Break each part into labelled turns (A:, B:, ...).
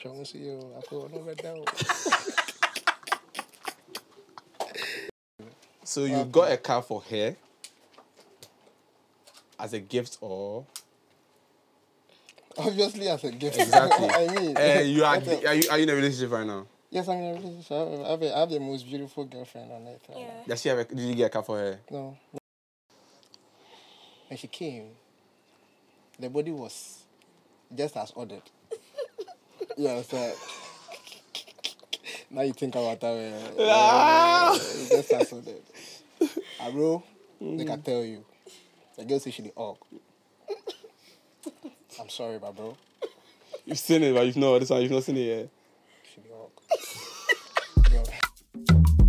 A: Jones Hill. Ako, ano ba daw?
B: So you got a car for her as a gift, or
A: Obviously, as a gift.
B: exactly?
A: I mean,
B: Eh, you are,
A: what else?
B: are you are you in a relationship right now?
A: Yes, I'm in a relationship. I have- I have, a, I have the most beautiful girlfriend on earth. right now.
C: Yeah.
B: Does she have a, did you get a car for her?
A: No. When she came, the body was just as ordered. yeah, so now you think about that way. it's just as ordered. Aro, like I tell you, the girl say she the org. I'm sorry, but bro,
B: You've seen it, but you've not this one. You've not seen it yet.
A: she the org. Yo.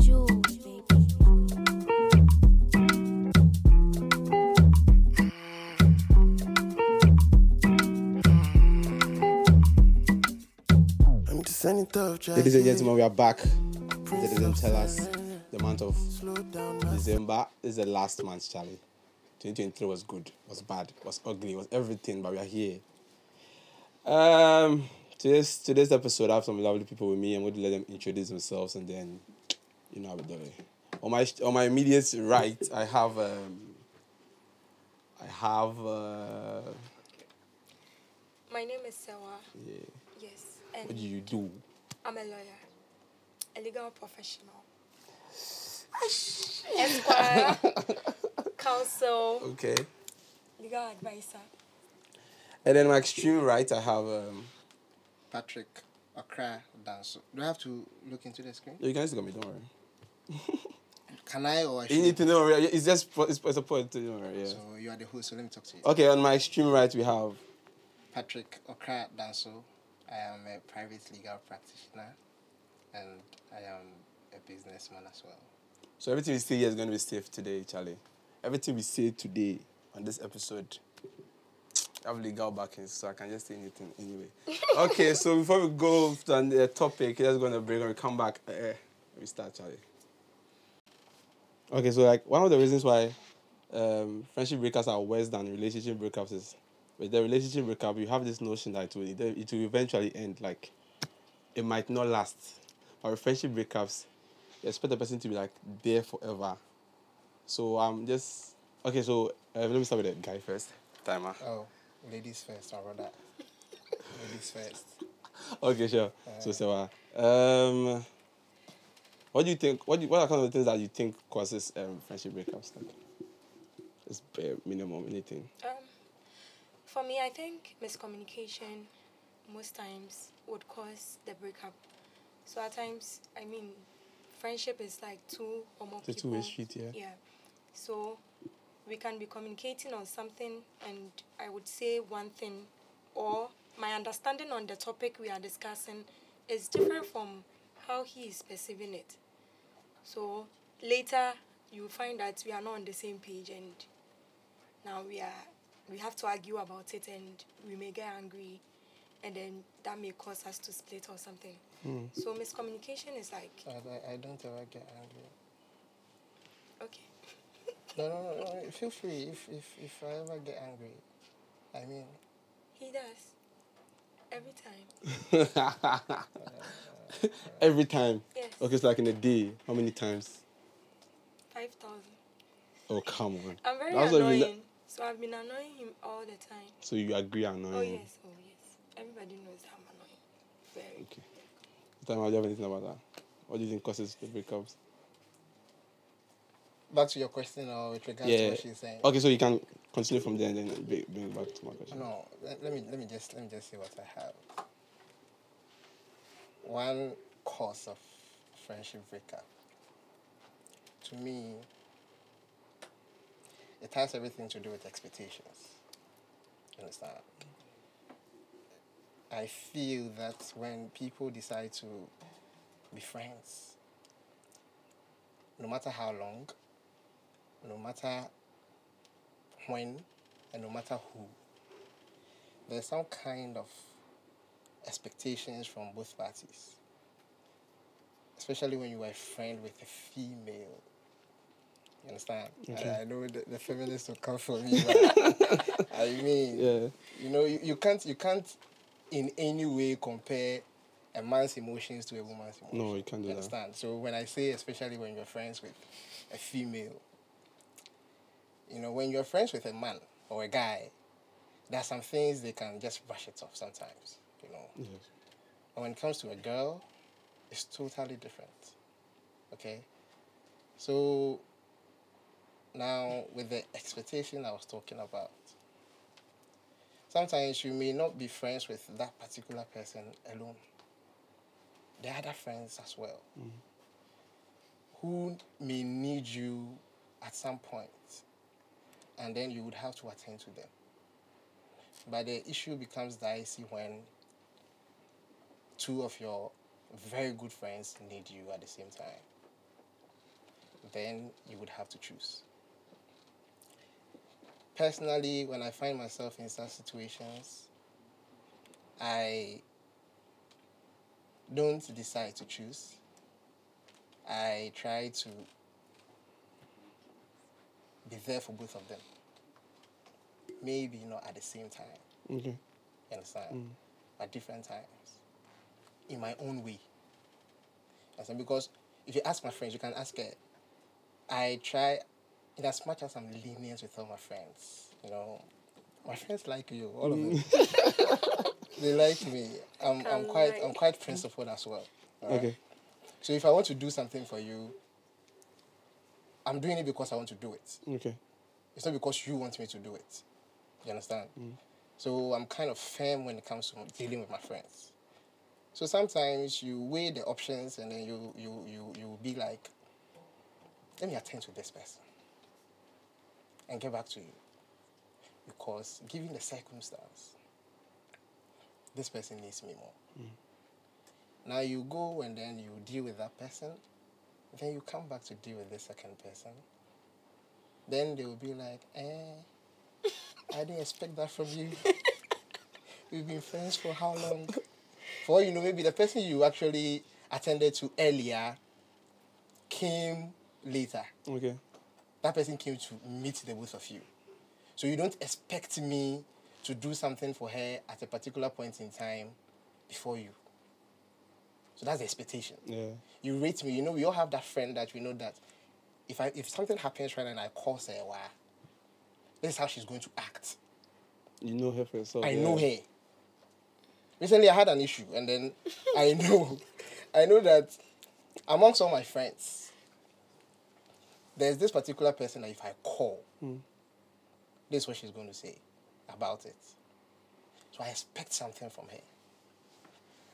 C: Jules, baby.
D: I'm just sending tough traffic.
B: Ladies and gentlemen, we are back. They didn't tell us the month of
D: Slow down, my
B: December is the last month, Charlie. 2023 was good, was bad, was ugly, was everything, but we are here. Um, today's today's episode, I have some lovely people with me. I'm going to let them introduce themselves, and then you know how we do it. On my on my immediate right, I have um, I have uh,
C: My name is Sewa.
B: yeah.
C: Yes. And
B: What do you do?
C: I'm a lawyer, a legal professional. Esquire, counsel,
B: Okay.
C: legal advisor.
B: And then my extreme right, I have um.
A: Patrick, Accra, Danso. Do I have to look into the screen?
B: no, You guys got me. Don't worry.
A: Can I or I should?
B: Anything, don't worry. It's just it's, it's a point. Don't worry. Yeah.
A: So you are the host, so let me talk to you.
B: Okay, on my extreme right we have
A: Patrick Okra Danso. I am a private legal practitioner and I am a businessman as well.
B: so everything we say here is gonna be safe today, Charlie. Everything we say today on this episode, I have legal backing, so I can just say anything anyway. okay, so before we go to the topic, let's go on a break and we come back. Eh, we start, Charlie. Okay, so like one of the reasons why um, friendship breakups are worse than relationship breakups is with the relationship breakup, you have this notion that it will, it will eventually end. Like it might not last. Our friendship breakups, you expect the person to be like there forever. So I'm just okay. So uh, let me start with the guy first. Timer.
A: Oh, ladies first, my brother. ladies first.
B: Okay, sure. so Sewa, um, what do you think? What do you, what are kind of the things that you think causes um, friendship breakups? Like, it's bare minimum anything.
C: Um, for me, I think miscommunication most times would cause the breakup. So at times, I mean, friendship is like two or more
B: It's a
C: people.
B: two-way street, yeah.
C: Yeah. So we can be communicating on something, and I would say one thing, or my understanding on the topic we are discussing is different from how he is perceiving it. So later, you find that we are not on the same page, and now we are we have to argue about it and we may get angry and then that may cause us to split or something
B: Hmm.
C: so miscommunication is like
A: I, I, I don't ever get angry.
C: okay
A: No, no, no, no. Feel free if, if, if I ever get angry. I mean,
C: he does every time
B: Every time.
C: yes
B: Okay, so like in a day, how many times?
C: 5000
B: Oh come on.
C: i'm very
B: That's what you
C: annoying
B: li-
C: so i've been annoying him all the time
B: So you agree annoying.
C: oh yes oh yes everybody knows that i'm annoying very
B: Okay. Time, do you have anything about that? What do you think causes the breakups?
A: back to your question or with regards to
B: yeah.
A: what she's saying.
B: Okay, so you can continue from there and then bring bring it back to my question.
A: No, let, let me let me just let me just see what I have. One cause of friendship breakup. To me, it has everything to do with expectations. You understand? I feel that when people decide to be friends, no matter how long, no matter when, and no matter who, there's some kind of expectations from both parties. Especially when you are a friend with a female. You understand? And I know the, the feminists will come for me. But I mean,
B: Yeah.
A: you know, you, you can't you can't in any way compare a man's emotions to a woman's emotions.
B: No, you can't do
A: You
B: that.
A: understand? So when I say, especially when you're friends with a female, you know, when you're friends with a man or a guy, there are some things they can just brush it off sometimes. You know,
B: Yes.
A: but when it comes to a girl, it's totally different. Okay? So now with the expectation I was talking about, sometimes you may not be friends with that particular person alone. There are other friends as well who may need you at some point, and then you would have to attend to them. But the issue becomes dicey when two of your very good friends need you at the same time, then you would have to choose. Personally, when I find myself in such situations, I don't decide to choose. I try to be there for both of them. Maybe not at the same time.
B: Okay.
A: You understand? At different times. In my own way. You Understand? Because if you ask my friends, you can ask her. I try, in as much as I'm lenient with all my friends, you know, my friends like you, all of them. they like me. I'm, I'm
C: Can
A: quite I'm
C: like.
A: quite principled as well. alright?
B: Okay.
A: So if I want to do something for you, I'm doing it because I want to do it.
B: Okay.
A: It's not because you want me to do it. You understand? So I'm kind of firm when it comes to dealing with my friends. So sometimes you weigh the options and then you you you you will be like, let me attend to this person and get back to you. Because given the circumstance, this person needs me more. Now you go and then you deal with that person, then you come back to deal with this second person. Then they will be like, eh, I didn't expect that from you. We've been friends for how long? For all you know, maybe the person you actually attended to earlier came later.
B: Okay.
A: That person came to meet the both of you. So you don't expect me to do something for her at a particular point in time before you. So that's the expectation
B: Yeah.
A: you rate me. You know, we all have that friend that we know that if I if something happens right and I call her, wow, this is how she's going to act.
B: You know her for yourself.
A: I
B: yeah.
A: know her. Recently, I had an issue, and then I know, I know that amongst all my friends, there's this particular person that if I call, this is what she's going to say about it. So I expect something from her.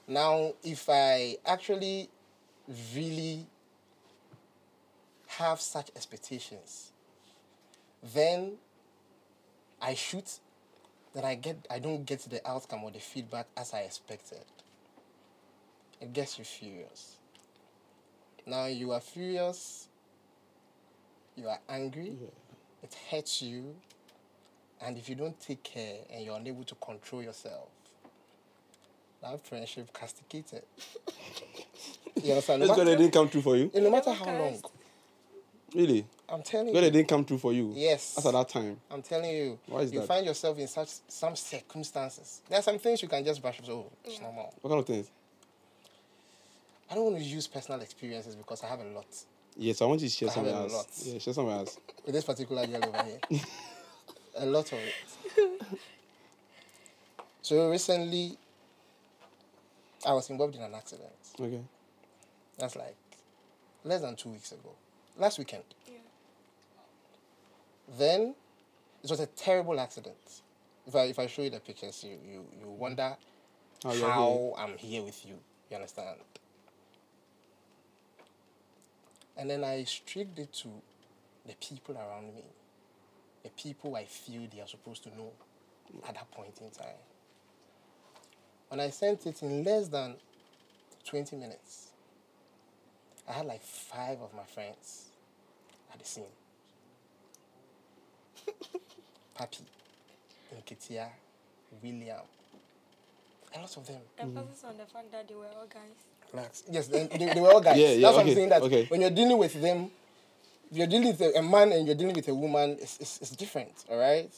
A: Now, if I actually really have such expectations, then I shoot that I get I don't get the outcome or the feedback as I expected. It gets you furious. Now you are furious, you are angry, it hurts you, and if you don't take care and you're unable to control yourself, that friendship castigated. you understand? No
B: That's God it
A: matter,
B: didn't come true for you.
A: eh, no matter how
C: Okay.
A: long,
B: Really?
A: I'm telling
B: God it
A: you,
B: didn't come true for you.
A: Yes.
B: That's at that time.
A: I'm telling you,
B: Why is
A: you
B: that?
A: find yourself in such some circumstances. There are some things you can just brush off. Oh, it's normal.
B: What kind of things?
A: I don't want to use personal experiences because I have a lot
B: Yes, I want you to share
A: I have
B: somewhere
A: a
B: else.
A: lot.
B: Yeah, share somewhere else.
A: with this particular girl over here. a lot of it. So recently, I was involved in an accident.
B: Okay.
A: That's like less than two weeks ago, last weekend.
C: Yeah.
A: Then it was a terrible accident. If I if I show you the pictures, you you, you wonder
B: How you're
A: how I'm here with you. You understand? And then I strict it to the people around me, the people I feel they are supposed to know at that point in time. When I sent it in less than 20 minutes, I had like five of my friends at the scene. Papi, Nketia, William, a lot of them.
B: Hmm.
C: Emphasis on the fact that they were all guys.
A: Relax. Yes, they, they, they were all guys.
B: Yeah, yeah,
A: That's what
B: okay,
A: I'm saying. That
B: okay.
A: when you're dealing with them, you're dealing with a a man and you're dealing with a woman, it's, it's, it's different, all right?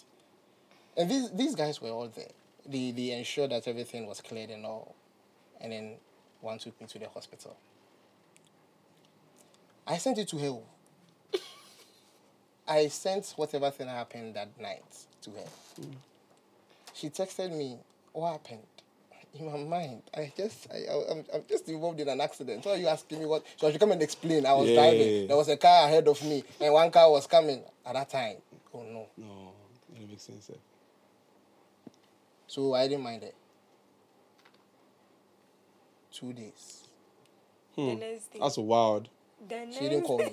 A: And these, these guys were all there. They, they ensured that everything was cleared and all. And then one took me to the hospital. I sent it to her. oh. I sent whatever thing happened that night to her. She texted me, What happened? In my mind, I just, I, I, am I'm just involved in an accident. Why are you asking me what? So I should come and explain. I was
B: Yeah.
A: driving. There was a car ahead of me, and one car was coming at that time. Oh no.
B: No, it makes sense. eh.
A: So I didn't mind it. Two days.
C: The next day.
B: Hmm. That's wild.
C: The
A: She didn't call me.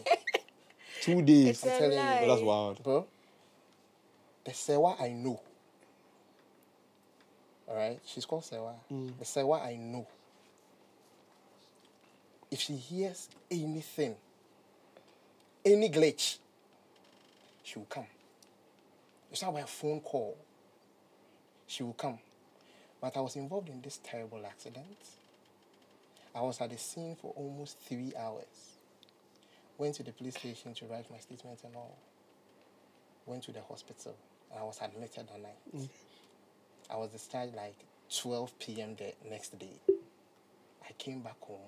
B: Two days.
C: It's a
A: telling you,
B: But
A: but
B: that's
C: lie.
B: wild.
A: Bro, the Sewa I know. Alright? She's called Sewa. The Sewa I know. If she hears anything, any glitch, she will come. It's not by a phone call. She will come. But I was involved in this terrible accident. I was at the scene for almost three hours. Went to the police station to write my statement and all went to the hospital and I was admitted that night. I was discharged like 12 p.m. the next day. I came back home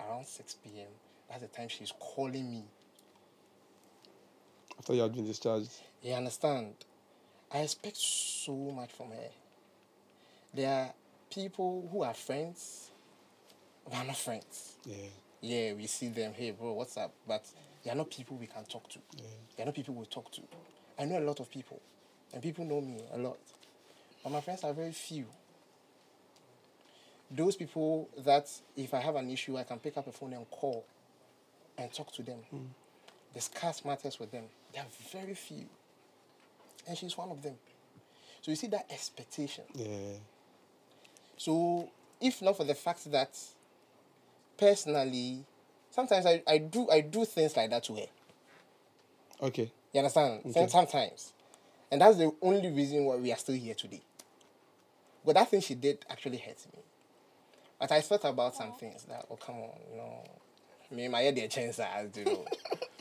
A: around 6 p.m. That's the time she's calling me.
B: After you have been discharged.
A: You understand? I expect so much from her. There are people who are friends, but are not friends.
B: Yeah.
A: Yeah, we see them. Hey, bro, what's up? But they are not people we can talk to. They are not people we talk to. I know a lot of people, and people know me a lot, but my friends are very few. Those people that if I have an issue, I can pick up a phone and call, and talk to them, discuss matters with them. They are very few, and she's one of them. So you see that expectation.
B: Yeah.
A: So, if not for the fact that personally, sometimes I, I do I do things like that to her.
B: Okay.
A: You understand? Some- Sometimes, and that's the only reason why we are still here today. But that thing she did actually hurt me. But I thought about some things that oh come on, you know, me my head a chance I do. You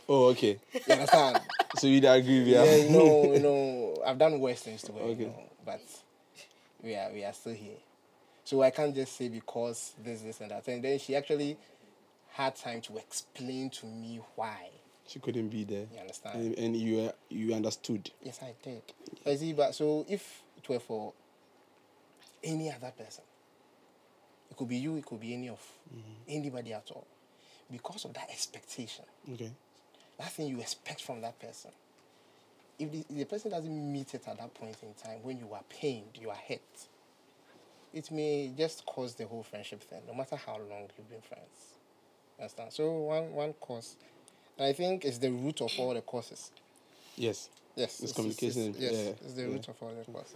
B: Oh, okay.
A: understand?
B: So you'd agree with
A: yeah.
B: her?
A: you know, you know, I've done worse things to her,
B: Okay.
A: you know, but we are we are still here. So I can't just say because this, this, and that. And then she actually had time to explain to me why.
B: She couldn't be there.
A: You understand?
B: And, and you uh, you understood.
A: Yes, I did. I see, but so if it were for any other person, it could be you, it could be any of anybody at all, because of that expectation,
B: Okay.
A: that thing you expect from that person. If the, if the person doesn't meet it at that point in time, when you are pained, you are hurt, it may just cause the whole friendship thing, no matter how long you've been friends. Understand? So one one cause, and I think it's the root of all the causes.
B: Yes.
A: Yes.
B: It's communication,
A: It's, yes,
B: yeah,
A: it's the
B: yeah.
A: root of all the causes.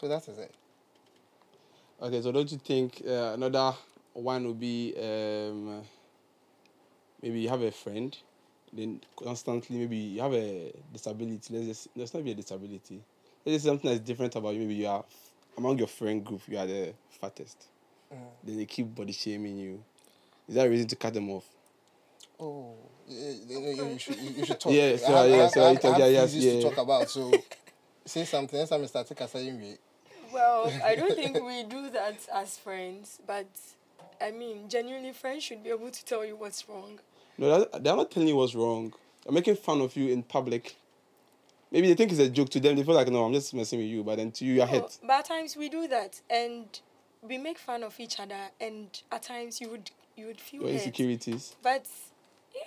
A: So that is it.
B: Okay, so don't you think uh, another one would be um, maybe you have a friend, then constantly maybe you have a disability. Let's just let's not be a disability. Let's just say something that's different about you. Maybe you are among your friend group, you are the fattest.
C: Mm.
B: Then they keep body shaming you. Is that a reason to cut them off?
A: Oh, eh, eh, you, you should you, you should talk.
B: Yeah, so,
A: I have- I
B: yeah,
A: have-
B: so
A: I
B: you
A: have-
B: talk,
A: I have
B: yeah, yes,
A: things to
B: yeah.
A: talk about. So say something. Next time, Mr. Tika saying we.
C: Well, I don't think we do that as friends, but I mean, genuinely, friends should be able to tell you what's wrong.
B: No, that, they're not telling you what's wrong. They're making fun of you in public. Maybe they think it's a joke to them. They feel like no, I'm just messing with you. But then to you, you're
C: No,
B: hurt.
C: but at times we do that, and we make fun of each other, and at times you would you would feel
B: Your
C: hurt.
B: insecurities.
C: But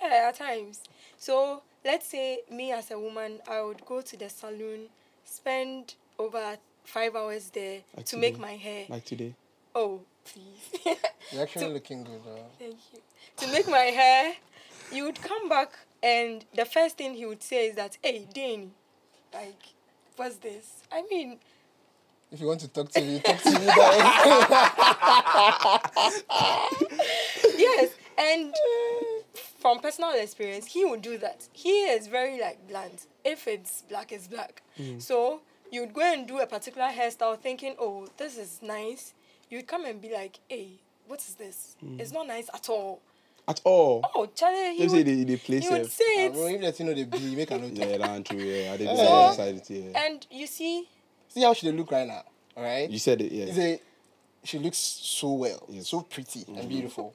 C: yeah, at times. So let's say me as a woman, I would go to the salon, spend over five hours there to
B: Actually,
C: make my hair.
B: Like today.
C: oh, please.
A: You're actually looking good. Though.
C: Thank you. To make my hair, you would come back and the first thing he would say is that, hey, Danny, like, what's this? I mean,
A: If you want to talk to me, talk to me. Then.
C: yes. And from personal experience, he would do that. He is very, like, blunt. If it's black, it's black.
B: Mm.
C: So you would go and do a particular hairstyle thinking, oh, this is nice. You'd come and be like, hey, what is this? It's not nice at all.
B: at all.
C: Oh, Charlie,
B: Mm. Let
C: he
B: me say
C: would,
B: they, they play
C: he would
B: safe.
C: say
A: Ah,
C: it.
A: bro, if let you know the B, make a note.
B: Yeah, that's true. Yeah, I didn't
A: Yeah.
B: decide it. Yeah.
A: eh,
C: And you see,
A: See how she dey look right now, all right?
B: You said it. Yeah.
A: It's a, she looks so well,
B: Yes. Mm-hmm.
A: so pretty and beautiful.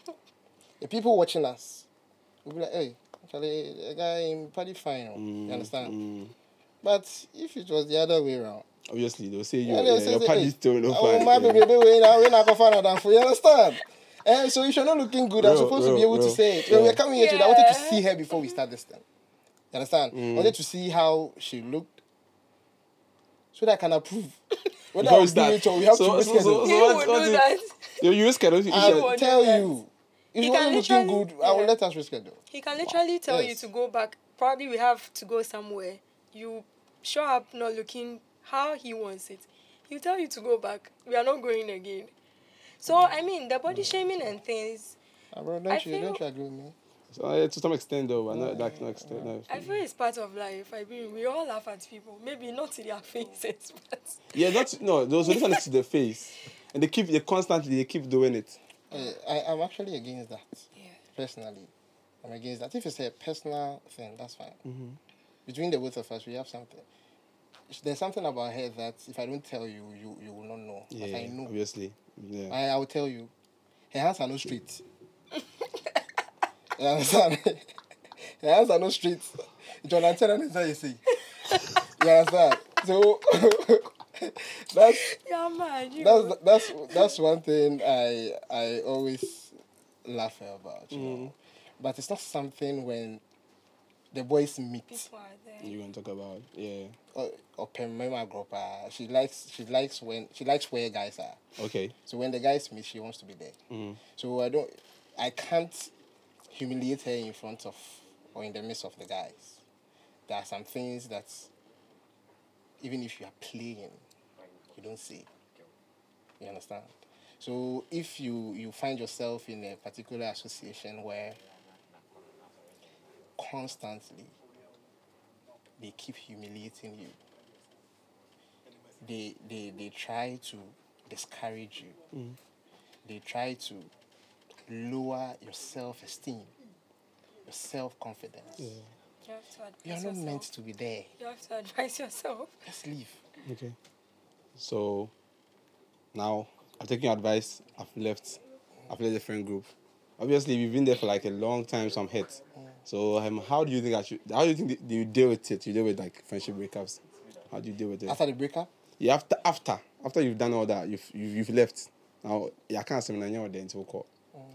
A: the people watching us will be like, hey, actually, the guy in party fine. oh."
B: Mm, Mm-hmm.
A: you understand? But if it was the other way around,
B: Obviously, they'll say you,
A: yeah,
B: yeah,
A: they'll say,
B: your
A: say,
B: party
A: "Hey,
B: still no
A: oh,
B: fun.
A: my
B: yeah.
A: baby, baby, we now we now go find out for you understand. And so if you're not looking good, I'm
B: Real,
A: supposed to be
B: real,
A: able
B: real.
A: to say it. When we're
B: Yeah.
A: coming here today, I wanted to
C: Yeah.
A: see her before we start this thing. You understand? I wanted to see how she looked, so that I can approve. Whether
B: Before
A: I
B: we
A: will do
B: start.
A: it or we have
B: So-
A: to be
B: so- so-
A: scheduled.
B: so-
C: he
B: what-
C: would
B: what
C: do
B: do-
C: that.
B: You, you scared of you?
A: I
B: said-
A: will
C: would
A: tell
C: do that.
A: you. If
C: He
A: you
C: can
A: wasn't looking
C: literally-
A: good, I will
C: yeah.
A: let us reschedule.
C: He can literally tell you
A: Yes.
C: to go back. Probably we have to go somewhere. You show up not looking how he wants it. He'll tell you to go back. We are not going again. So I mean, the body shaming and things.
A: Ah, bro,
C: I
A: don't you, don't
C: feel-
A: you agree with me?
B: So, oh, yeah, to some extent, though, but not like no extent. No.
C: I feel it's part of life. I mean, we all laugh at people. Maybe not in their faces, but
B: Yeah, that's no. Those this one is to the face, and they keep they constantly they keep doing it.
A: Eh, I, I'm actually against that,
C: yeah,
A: personally. I'm against that. If it's a personal thing, that's fine.
B: Mm-hmm.
A: Between the both of us, we have something. There's something about her that if I don't tell you, you, you will not know.
B: Yeah,
A: But I know.
B: obviously. Yeah.
A: I, I will tell you. Her hands are not straight. you understand? Her hands are not straight. Jonathan, tell them what you see. You understand? So that's
C: yeah, man. You
A: that's that's that's one thing I I always laugh about. You know? But it's not something when the boys meet.
C: people are there.
B: You're gonna talk about yeah.
A: Or, or Pemema Gropa, she likes she likes when she likes where guys are.
B: Okay. Mm.
A: So when the guys meet, she wants to be there. So I don't, I can't humiliate her in front of or in the midst of the guys. There are some things that, even if you are playing, you don't see. You understand? So if you you find yourself in a particular association where constantly they keep humiliating you, they they they try to discourage you. They try to lower your self esteem, your self confidence.
C: You have to advise
A: You are not
C: yourself.
A: meant to be there.
C: You have to advise yourself.
A: Just leave.
B: Okay. So now I've taken your advice. I've left. I've left the friend group. Obviously, we've been there for like a long time, so I'm hurt. So um, how do you think I should? How do you think that you deal with it? You deal with like friendship breakups. How do you deal with it?
A: After the breakup,
B: Yeah, after after after you've done all that, you've you've, you've left. Now yeah, I can't say now then to call.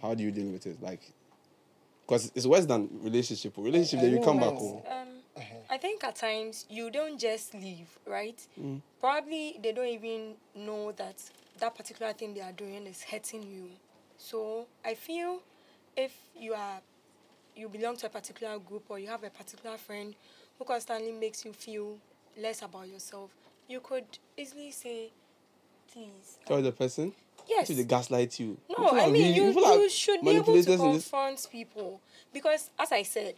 B: How do you deal with it? Like, because it's worse than relationship. Relationship, then you come back.
A: Sometimes,
B: Oh,
C: Um, I think at times you don't just leave, right? Probably they don't even know that that particular thing they are doing is hurting you. So I feel if you are you belong to a particular group or you have a particular friend who constantly makes you feel less about yourself, you could easily say, please.
B: tell the person.
C: Yes.
B: Actually, they gaslight you.
C: No, I
B: are really-
C: mean you,
B: people are
C: you should be able
B: manipulators
C: to
B: in this-
C: confront people because, as I said,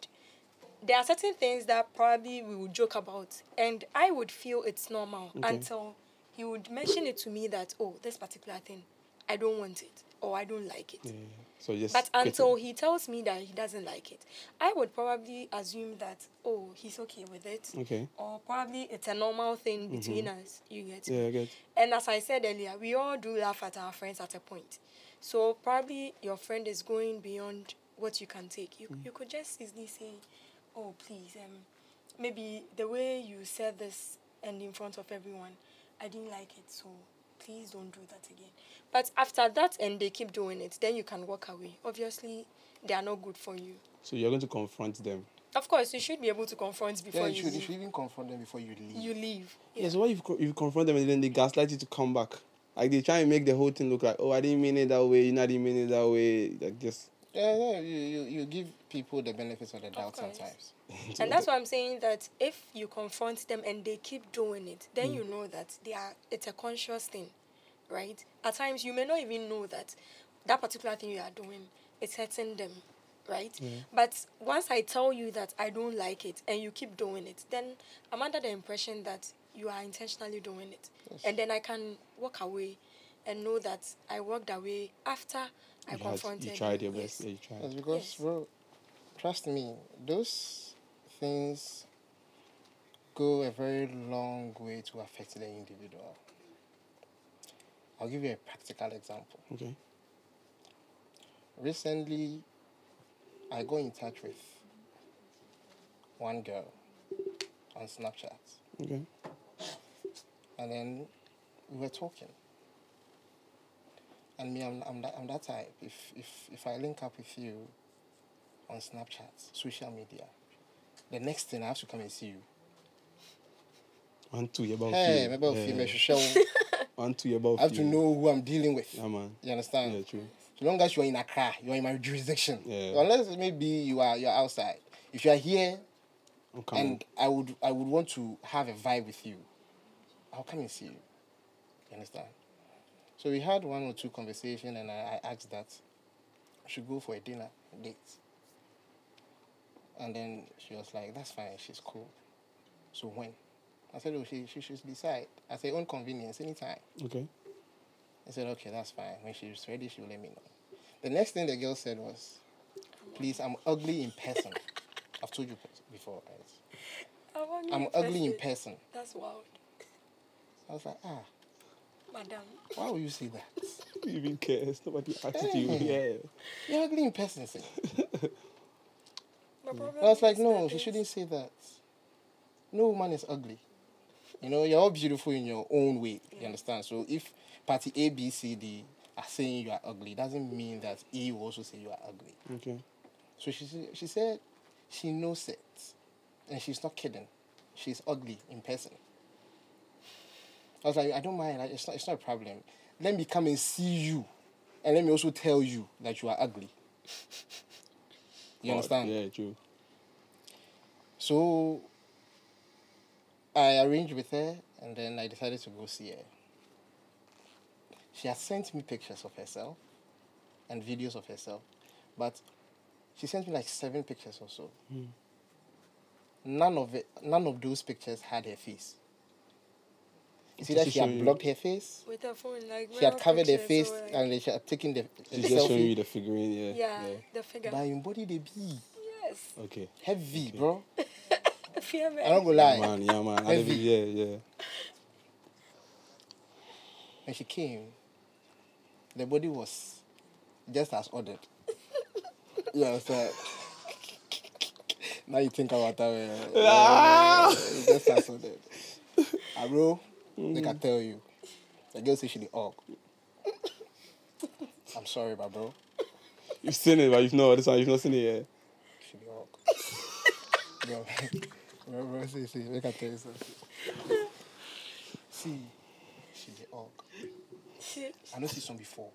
C: there are certain things that probably we would joke about, and I would feel it's normal until he would mention it to me that oh, this particular thing, I don't want it or I don't like it.
B: Yeah, So just.
C: But
B: quit it.
C: until he tells me that he doesn't like it, I would probably assume that oh, he's okay with it,
B: Okay. Mm-hmm.
C: or probably it's a normal thing between us. You get
B: Yeah, I get.
C: and as I said earlier, we all do laugh at our friends at a point. So probably your friend is going beyond what you can take.
A: Mm.
C: You, you could just easily say, oh, please, um, maybe the way you said this and in front of everyone, I didn't like it, so please don't do that again. But after that, and they keep doing it, then you can walk away. Obviously, they are not good for you.
B: So you're going to confront them.
C: Of course, you should be able to confront
A: yeah,
C: before
A: you
C: you,
A: should, you should
C: leave.
A: even confront them before you leave.
C: You leave.
B: Yeah. so why you you confront them and then they gaslight you to come back? Like they try and make the whole thing look like, oh, I didn't mean it that way. You know, I didn't mean it that way. Like just.
A: yeah, yeah, you, you, you give people the benefits of the doubt
C: course.
A: sometimes.
C: And that's why I'm saying that if you confront them and they keep doing it,
B: Hmm.
C: then you know that they are it's a conscious thing, right? At times you may not even know that that particular thing you are doing is hurting them, right? But once I tell you that I don't like it and you keep doing it, then I'm under the impression that you are intentionally doing it. And then I can walk away and know that I walked away after I
B: you, had,
C: confronted
B: you
C: him,
B: tried your best.
C: yes.
B: Yeah, you
A: It's
B: tried.
A: because,
C: Yes.
A: bro, trust me, those things go a very long way to affect the individual. I'll give you a practical example.
B: Okay.
A: Recently, I got in touch with one girl on Snapchat,
B: Okay.
A: and then we were talking. And me, I'm, I'm, that, I'm that type. If, if, if I link up with you on Snapchat, social media, the next thing I have to come and see you.
B: One two year about
A: Hey,
B: few.
A: maybe I'll
B: Yeah.
A: feel my social-
B: One two year about
A: I have to
B: few.
A: know who I'm dealing with.
B: Yeah, man.
A: You understand?
B: Yeah, true.
A: So long as you're in Accra, you're in my jurisdiction.
B: Yeah.
A: Unless maybe you are you're outside. If you are here
B: I'm coming.
A: and I would I would want to have a vibe with you, I'll come and see you. You understand? So we had one or two conversation and I, I asked that we should go for a dinner a date. And then she was like, That's fine, she's cool. So when? I said, Oh, she, she should decide. At her own convenience, anytime.
B: okay.
A: I said, okay, that's fine. When she's ready, she'll let me know. The next thing the girl said was, please, I'm ugly in person. I've told you before, right?
C: I'm ugly,
A: I'm ugly in
C: person.
A: person.
C: That's wild,
A: I was like, ah,
C: madam.
A: why would you say that?
B: You even cares. Nobody asked you. Yeah.
A: Hey. You're ugly in person, sis.
C: My problem
A: I was like,
C: is
A: no,
C: that
A: she
C: it's-
A: shouldn't say that. No woman is ugly. You know, you're all beautiful in your own way. You understand? So if party A, B, C, D are saying you are ugly, doesn't mean that E will also say you are ugly.
B: Okay.
A: So she sa- she said she knows it, and she's not kidding. She's ugly in person. I was like, I don't mind. like, It's not it's not a problem. Let me come and see you, and let me also tell you that you are ugly. You
B: Oh,
A: understand?
B: Yeah, true.
A: So I arranged with her, and then I decided to go see her. She had sent me pictures of herself and videos of herself, but she sent me like seven pictures or so.
B: Hmm.
A: None of it, none of those pictures had her face. You see
B: Just
A: that
B: to
A: she
B: show
A: had
B: you-
A: blocked her face.
C: With her phone, like
A: She had
C: real
A: covered her
C: pictures
A: face
C: or, like-
A: and then she had taken the, the
B: She's just showing you
A: selfie.
B: the figurine. Yeah.
C: yeah, the figure.
A: But in body they be
C: Yes,
B: Okay.
A: heavy, bro.
C: fear
A: I'm not gonna
C: me.
B: Yeah,
A: lie.
B: man. Yeah, man. I
A: Heavy.
B: live, yeah, yeah.
A: When she came, the body was just as ordered. you understand? now you think about that. eh, eh, eh, just as ordered. Ah, bro, they can tell you. The girl said she the org. I'm sorry, but bro,
B: You've seen it, but you've not. This one, you've not seen it
A: she the org. bro, bro, bro, see, see, they can tell you something. See, she the org.
C: Shit.
A: I know this one before.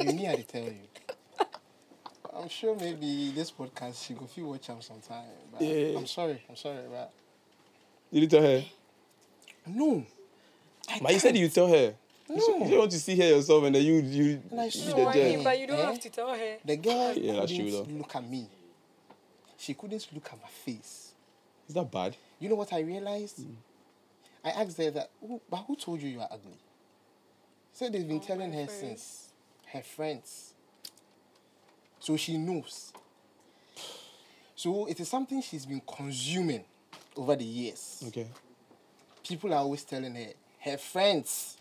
A: you me, I dey tell you. I'm sure maybe this podcast she go feel watch am sometime. But
B: Yeah.
A: I'm sorry, I'm sorry, but
B: yet. Did you tell her?
A: no. I
B: But you said
A: can't.
B: you tell her. You said-
A: No.
B: You want to see her yourself, and then you you.
A: And I
B: you
A: saw
B: did
C: No, I
B: that.
A: idea.
C: mean, but you don't
A: Eh?
C: have to tell her.
A: the girl
B: Yeah, that's true
A: couldn't
B: though.
A: look at me. She couldn't look at my face.
B: Is that bad?
A: You know what I realized? I asked her that, who, but who told you you are ugly? So they've been
C: Oh,
A: telling
C: my
A: her
C: friends.
A: since her friends. So she knows. So it is something she's been consuming over the years.
B: Okay.
A: People are always telling her, her friends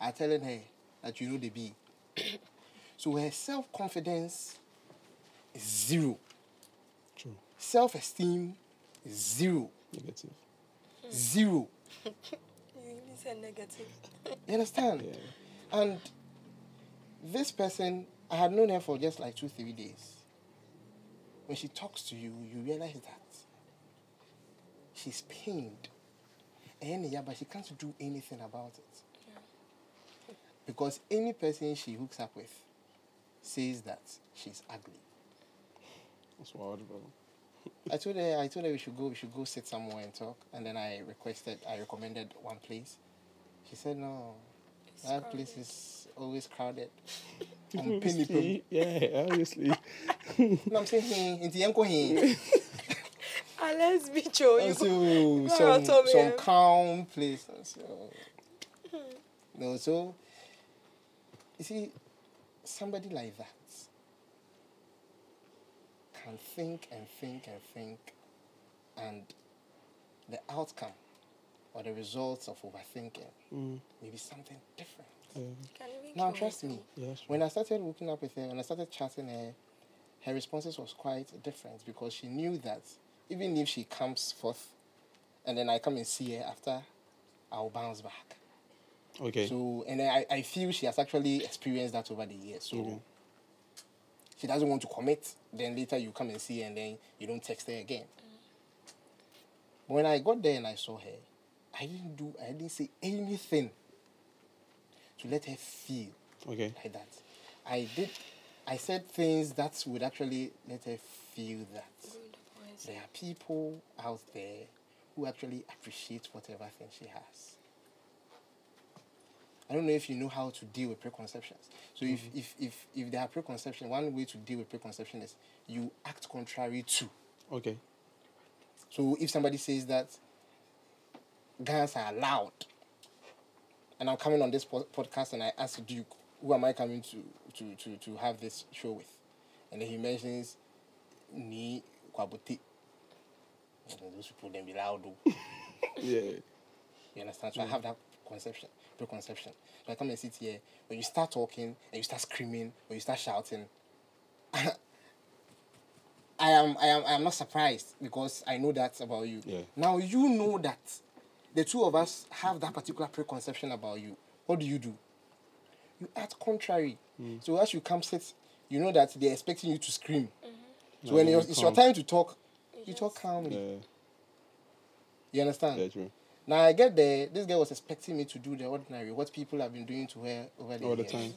A: are telling her that you know they be. so her self confidence is zero,
B: True.
A: self esteem is zero,
B: Negative.
C: Hmm.
A: zero.
C: It's a negative.
A: You understand?
B: Yeah.
A: And this person, I had known her for just like two, three days. When she talks to you, you realize that she's pained. And yeah, but she can't do anything about it. Because any person she hooks up with says that she's ugly.
B: That's wild, bro.
A: I told her I told her we should go we should go sit somewhere and talk. And then I requested I recommended one place. She said no.
C: It's
A: That
C: crowded.
A: place is always crowded. Um, penny pum.
B: Yeah, obviously.
A: No, I'm saying he, in the ankle he.
C: Unless me, Joe, Oh, you
A: So,
C: Well,
A: some,
C: tell me,
A: some
C: eh.
A: calm place. So, no, so, you see, somebody like that can think and think and think, and the outcome or the results of overthinking
B: Mm,
A: may be something different.
C: Can we
A: Now,
C: kill
A: trust me,
C: myself?
B: Yes.
A: when I started hooking up with her, when I started chatting her, her responses was quite different because she knew that even if she comes forth and then I come and see her after, I'll bounce back.
B: Okay.
A: So, and I, I feel she has actually experienced that over the years. So,
B: Okay.
A: she doesn't want to commit. Then later you come and see her and then you don't text her again. But when I got there and I saw her, I didn't do, I didn't say anything to let her feel
B: okay.
A: like that. I did, I said things that would actually let her feel that
C: Good boys.
A: there are people out there who actually appreciate whatever thing she has. I don't know if you know how to deal with preconceptions. So if, if, if, if there are preconceptions, one way to deal with preconception is you act contrary to.
B: Okay.
A: So if somebody says that guns are allowed, and I'm coming on this po- podcast and I ask Duke, who am I coming to, to, to, to have this show with? And then he mentions Ni Kwabuti. And Those people then be loud. oh.
B: Yeah.
A: You understand? So
B: Mm.
A: I have that conception, preconception. So I come and sit here. When you start talking and you start screaming, when you start shouting, I am I am I am not surprised because I know that about you.
B: Yeah.
A: Now you know that the two of us have that particular preconception about you. What do you do? You act contrary.
B: Mm.
A: So as you come sit, you know that they're expecting you to scream. So
B: No,
A: when
B: you
A: it's it's your
B: calm.
A: time to talk, you
C: Yes.
A: talk calmly.
B: Yeah.
A: You understand?
B: Yeah. True.
A: Now I get there. This girl was expecting me to do the ordinary, what people have been doing to her over the
B: All the
A: years.
B: time.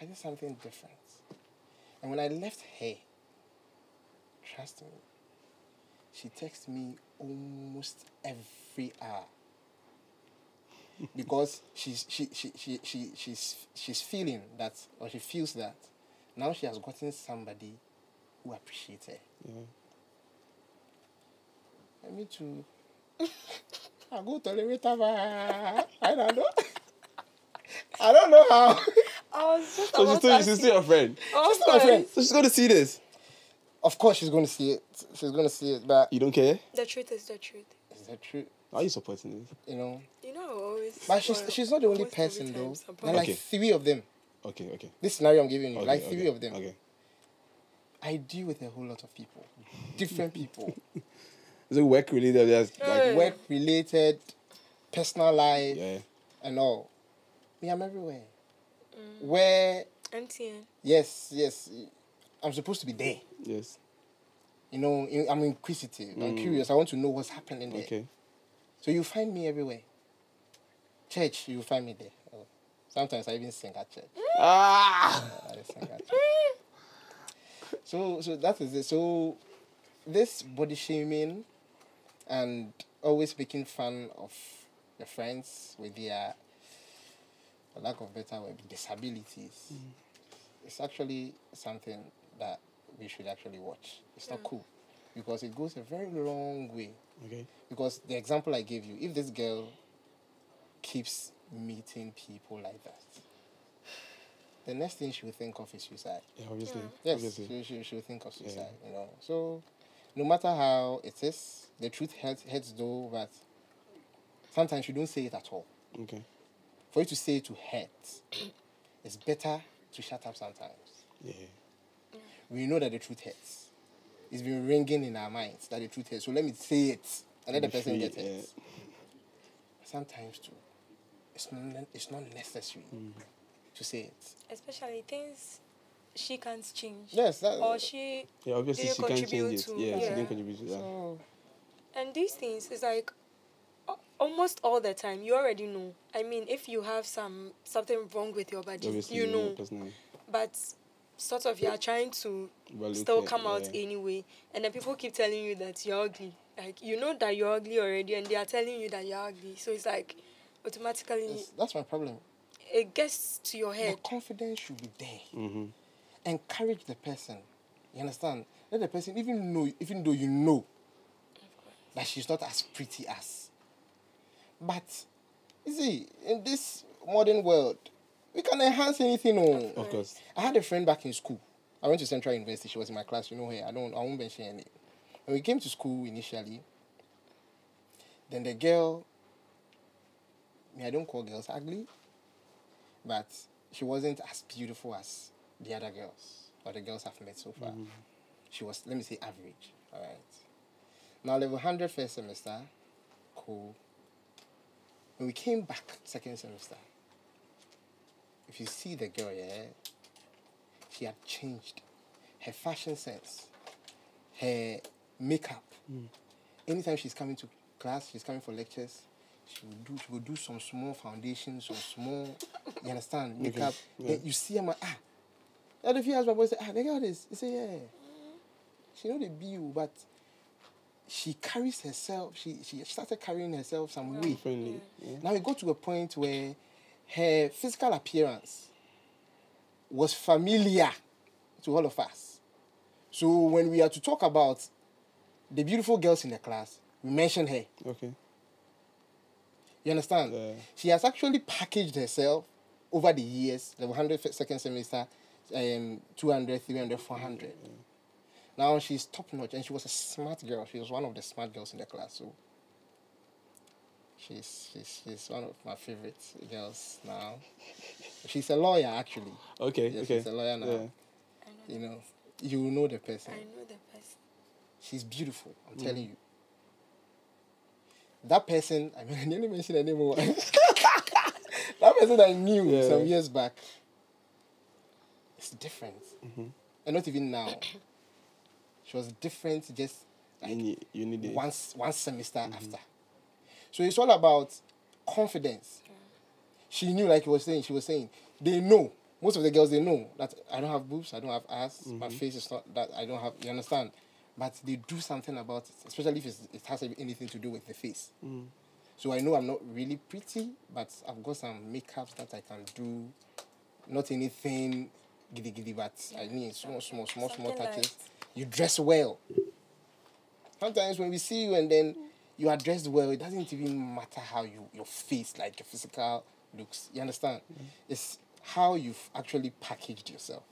A: I did something different. And when I left her, trust me, she texts me almost every hour. because she's she she, she, she she's she's feeling that or she feels that now she has gotten somebody who appreciates her.
B: Yeah.
A: And me too. I go to the river. I don't know. I don't know how.
C: I was just
B: So
C: about
B: she's
C: to
B: still,
C: ask
B: she's
C: you-
B: still your friend.
C: Oh,
A: still my
C: sorry.
A: friend.
B: So she's going to see this.
A: Of course, she's going to see it. She's going to see it. But
B: You don't care?
C: The truth is the truth.
A: is that true?
B: Why Are you supporting this?
A: You know.
C: You know, I will always.
A: But she's
C: spoil
A: she's not the only
C: most of the
A: person though.
C: times
A: There
C: about-
A: are like
B: Okay.
A: three of them.
B: Okay. Okay.
A: This scenario I'm giving you,
B: okay
A: like
B: okay,
A: three of them.
B: Okay.
A: I deal with a whole lot of people, different people,
B: Is it work related? Just
C: Yeah.
B: like
A: work related, personal life,
B: yeah.
A: and all. Me, I'm everywhere.
C: Mm.
A: Where
C: MTN.
A: yes, yes, I'm supposed to be there.
B: Yes.
A: You know, in- I'm inquisitive. I'm curious. I want to know what's happening there.
B: Okay.
A: So you find me everywhere. Church, you find me there. Oh, Sometimes I even sing at church.
B: Ah.
A: I sing at church. So, so that is it. So, this body shaming and always making fun of your friends with their, for lack of better word, disabilities. It's actually something that we should actually watch. It's not cool because it goes a very long way
B: Okay.
A: because the example I gave you, if this girl keeps meeting people like that, the next thing she will think of is suicide.
B: Yeah. Obviously.
A: Yes,
B: Obviously.
A: she, she, she will think of suicide, you know. So, no matter how it is, the truth hurts, hurts though, but sometimes you don't say it at all.
B: Okay.
A: For you to say it to hurt, it's better to shut up sometimes.
B: Yeah.
A: We know that the truth hurts. It's been ringing in our minds that the truth hurts. So let me say it and let the
B: Be
A: person
B: free,
A: get
B: yeah.
A: it. sometimes too, it's not ne- it's not necessary
B: mm.
A: to say it.
C: Especially things she can't change.
A: Yes, that,
C: Or she.
B: Yeah, obviously
C: you
B: she can't
C: contribute
B: change it.
C: to-
B: yeah, she
C: yeah.
B: didn't contribute to that.
A: so,
C: And these things is like a- almost all the time. You already know. I mean, if you have some something wrong with your body,
B: obviously,
C: you know.
B: personally.
C: But sort of you are trying to
B: Well,
C: still
B: okay,
C: come out
B: yeah.
C: anyway. And then people keep telling you that you're ugly. Like you know that you're ugly already, and they are telling you that you're ugly. So it's like automatically
A: that's, that's my problem.
C: it gets to your
A: The
C: head.
A: confidence should be there.
B: Mhm.
A: Encourage the person. You understand? Let the person even know, even though you know that she's not as pretty as. But you see, in this modern world, We can enhance anything. Oh.
B: Of course.
A: I had a friend back in school. I went to Central University. She was in my class. You know her. I don't. I won't mention her name. When we came to school initially, then the girl. I mean, I don't call girls ugly, but she wasn't as beautiful as the other girls or the girls I've met so far. She was, let me say, average. All right. Now level 100 first semester, cool. When we came back second semester, if you see the girl, yeah, she had changed her fashion sense, her makeup. Anytime she's coming to class, she's coming for lectures, she will do she will do some small foundations, some small you understand, makeup. Then you see her like, ah. The other few ask my boy say, ah, the girl is he say, yeah. She know the be you, but she carries herself, she she started carrying herself some way.
B: Friendly. Yeah.
A: Now we go to a point where her physical appearance was familiar to all of us. So when we are to talk about the beautiful girls in the class, we mention her.
B: Okay. Uh,
A: You understand?
B: Yeah.
A: She has actually packaged herself over the years, the 100 f- second semester, um, 200, 300, 400. Now she's top notch and she was a smart girl. She was one of the smart girls in the class. So she's, she's, she's one of my favorite girls now. She's a lawyer, actually.
B: Okay.
A: Yes,
B: okay.
A: she's a lawyer now.
B: Yeah.
C: I know,
A: You know, you will know the person.
C: I know the person.
A: She's beautiful. I'm telling you. That person, I mean, I didn't mention her name. oh. that person I knew
B: Yeah.
A: some years back. It's different,
B: mm-hmm.
A: and not even now. she was different just like
B: You need, you need it.
A: once one semester after. So it's all about confidence. She knew, like you were saying, she was saying, they know. Most of the girls they know that I don't have boobs, I don't have ass, my face is not that I don't have you understand? But they do something about it, especially if it's, it has anything to do with the face.
B: Mm-hmm.
A: So I know I'm not really pretty, but I've got some makeups that I can do. Not anything giddy giddy, but I need small, small, small, small
C: Something
A: touches. You dress well. Sometimes when we see you and then you are dressed well, it doesn't even matter how you your face, like your physical looks. You understand? It's how you've actually packaged yourself.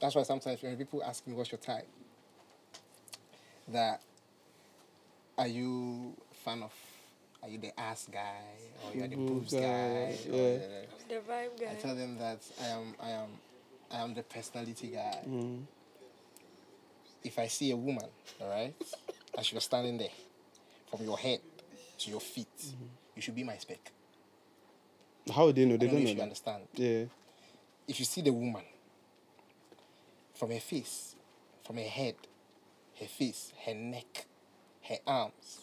A: That's why sometimes when people ask me what's your type, that are you fan of are you the ass guy or you're the boobs guy?
B: guy,
A: or
B: yeah.
A: the-
C: The vibe
A: I
C: guy.
A: tell them that I am I am I am the personality guy. If I see a woman, all right, as you're standing there, from your head to your feet, you should be my spec.
B: How would they know?
A: I
B: They
A: don't know
B: don't,
A: if you
B: know. That.
A: understand.
B: Yeah.
A: If you see the woman, from her face, from her head, her face, her neck, her arms,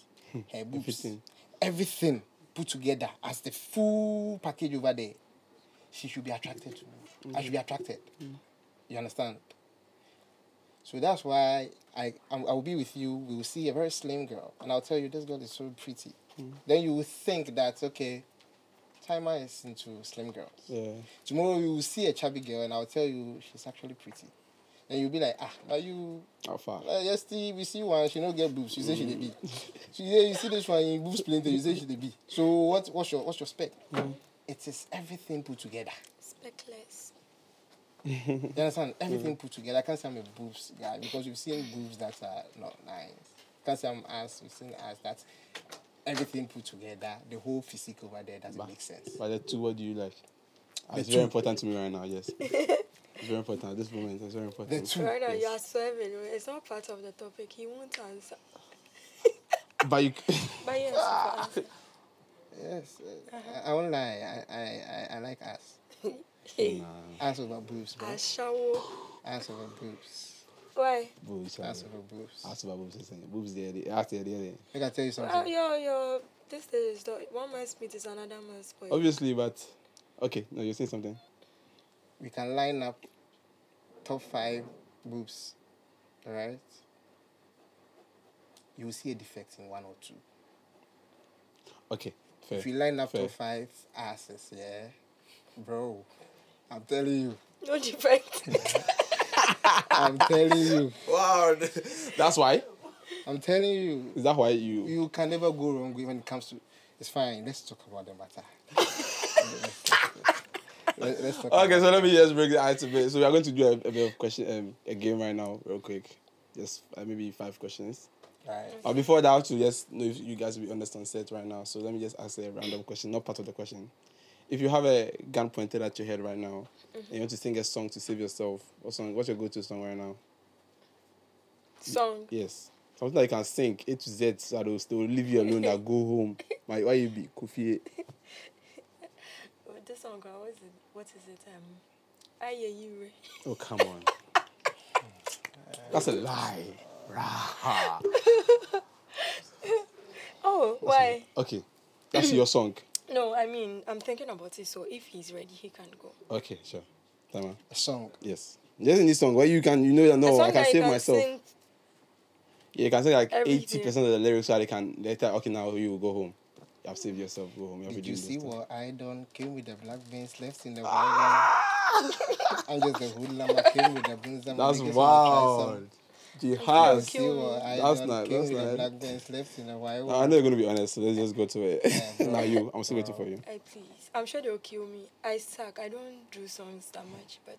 A: her boobs,
B: everything.
A: everything. everything put together as the full package over there, she should be attracted to me. I should be attracted. You understand? So that's why I I'm, I'll be with you. We will see a very slim girl, and I'll tell you this girl is so pretty. Then you will think that okay, Timer is into slim girls.
B: Yeah.
A: Tomorrow you will see a chubby girl, and I'll tell you she's actually pretty. Then you'll be like, ah, but you
B: How far?
A: uh, yesterday we see one, she no get boobs. You say she the be.
B: Mm.
A: She say you see this one in boobs plenty. You say she the be. So what? What's your what's your spec?
B: Mm.
A: It is everything put together.
C: Speckless.
A: You understand? Everything
B: Mm.
A: put together. I can't say I'm a boobs guy because we've seen boobs that are not nice. Can't say I'm ass. We've seen ass that everything put together. The whole physique over there doesn't
B: Bah.
A: make sense.
B: But the two, what do you like? Ah, it's
A: The
B: very
A: two.
B: important to me right now. Yes. it's very important at this moment. It's very important.
A: The two.
C: Right now, you are
B: Yes.
C: swerving. It's not part of the topic. He won't answer.
B: But you.
C: But yes, you can answer.
A: Yes, uh, I, I won't lie. I, I, I, I like ass.
C: Hey,
A: Ass over boobs, bro. Ass,
C: Ashawo.
A: over boobs.
C: Why?
B: Boobs.
A: Ass over boobs.
B: Ask about boobs. listen. Boobs there. They ask there. There. there.
A: Make I tell you something.
C: Well, yo, yo. Ah, This is not, one man's meat is another man's boy.
B: Obviously, but okay. No, you're saying something.
A: we can line up top five boobs, all right? You will see a defect in one or two.
B: Okay. Fair.
A: If you line up
B: Fair.
A: top five asses, yeah, bro, I'm telling you,
C: No defect.
A: I'm telling you,
B: Wow. That's why.
A: I'm telling you,
B: Is that why you?
A: you can never go wrong when it comes to. It's fine. Let's talk about the matter. Let, us talk
B: Okay,
A: about
B: so let me just break the ice a bit. So we are going to do a, a bit of question, um, a game right now, real quick. Just uh, maybe five questions.
A: it. Right.
B: But Uh, before that, I want to just know if you guys will be honest on set right now. So let me just ask a random question, not part of the question. If you have a gun pointed at your head right now, and you want to sing a song to save yourself, what song? What's your go-to song right now?
C: Song.
B: Yes, something that you can sing A to Z, so that will still leave you alone. that go home. My why you be Kofi?
C: Oh, This song, uh, what is it? What is it? Um, I hear you. eh?
B: Oh come on, that's a lie. Rah.
C: Oh, why?
B: Okay, that's your song.
C: No, I mean, I'm thinking about it. So if he's ready, he can go.
B: Okay, sure. Tama.
A: A song.
B: Yes. Just in this song, where you can you know that
C: A
B: no,
C: song
B: I can
C: that you
B: save myself.
C: sing-
B: Yeah, you can sing like eighty
C: Everything.
B: percent of the lyrics so they can later okay now you will go home. You have saved yourself, go home. You have
A: Did
B: to
A: you
B: do this
A: see
B: stuff.
A: what I done? Came with the black beans, left in the ah! I'm just the hoodlum. I came with the beans. I'm
B: That's
A: niggas wanna try
B: wild.
A: some. You
B: Jihaz.
A: see what I
B: That's
A: done?
B: nice,
A: Came
B: that's
A: with
B: nice.
A: the black beans, left in the wild.
B: Now, I know you're gonna be honest, so let's just go to
A: Yeah,
B: it.
A: bro.
B: now you, I'm still waiting for you.
C: I please. I'm sure they'll kill me. I suck. I don't do songs that much, but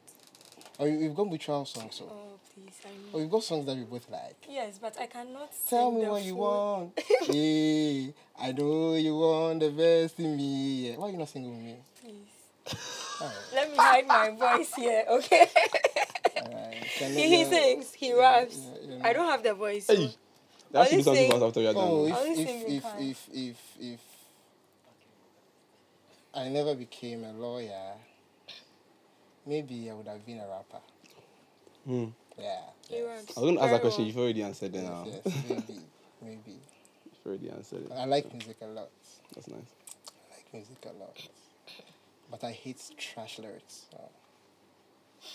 A: Oh, you- you've got mutual songs, so.
C: oh please, I
A: Oh,
C: mean.
A: you've got songs that we both like.
C: Yes, but I cannot.
A: Tell
C: sing
A: me
C: the
A: what you
C: full-
A: want. hey, I know you want the best in me. Why are you not singing with me?
C: Please.
A: Alright,
C: Let me hide my voice here, okay?
A: alright. Can you-
C: he, he sings, he raps.
A: yeah, yeah,
C: I don't have the voice. so-
B: Hey! That should be
C: Only
B: something
C: sing-
B: fast after we are done.
A: Oh,
C: I'll
A: if
C: listen
A: if
C: in
A: if,
C: car.
A: if if if I never became a lawyer, maybe I would have been a rapper.
B: Hmm.
A: Yeah.
C: He
A: yes,
C: raps.
B: I was gonna ask
C: very
B: that question,
C: well.
B: you've already answered it now.
A: yes, yes, maybe, maybe.
B: You've already answered it.
A: I like music a lot.
B: That's nice.
A: I like music a lot, but I hate trash lyrics. Oh. so.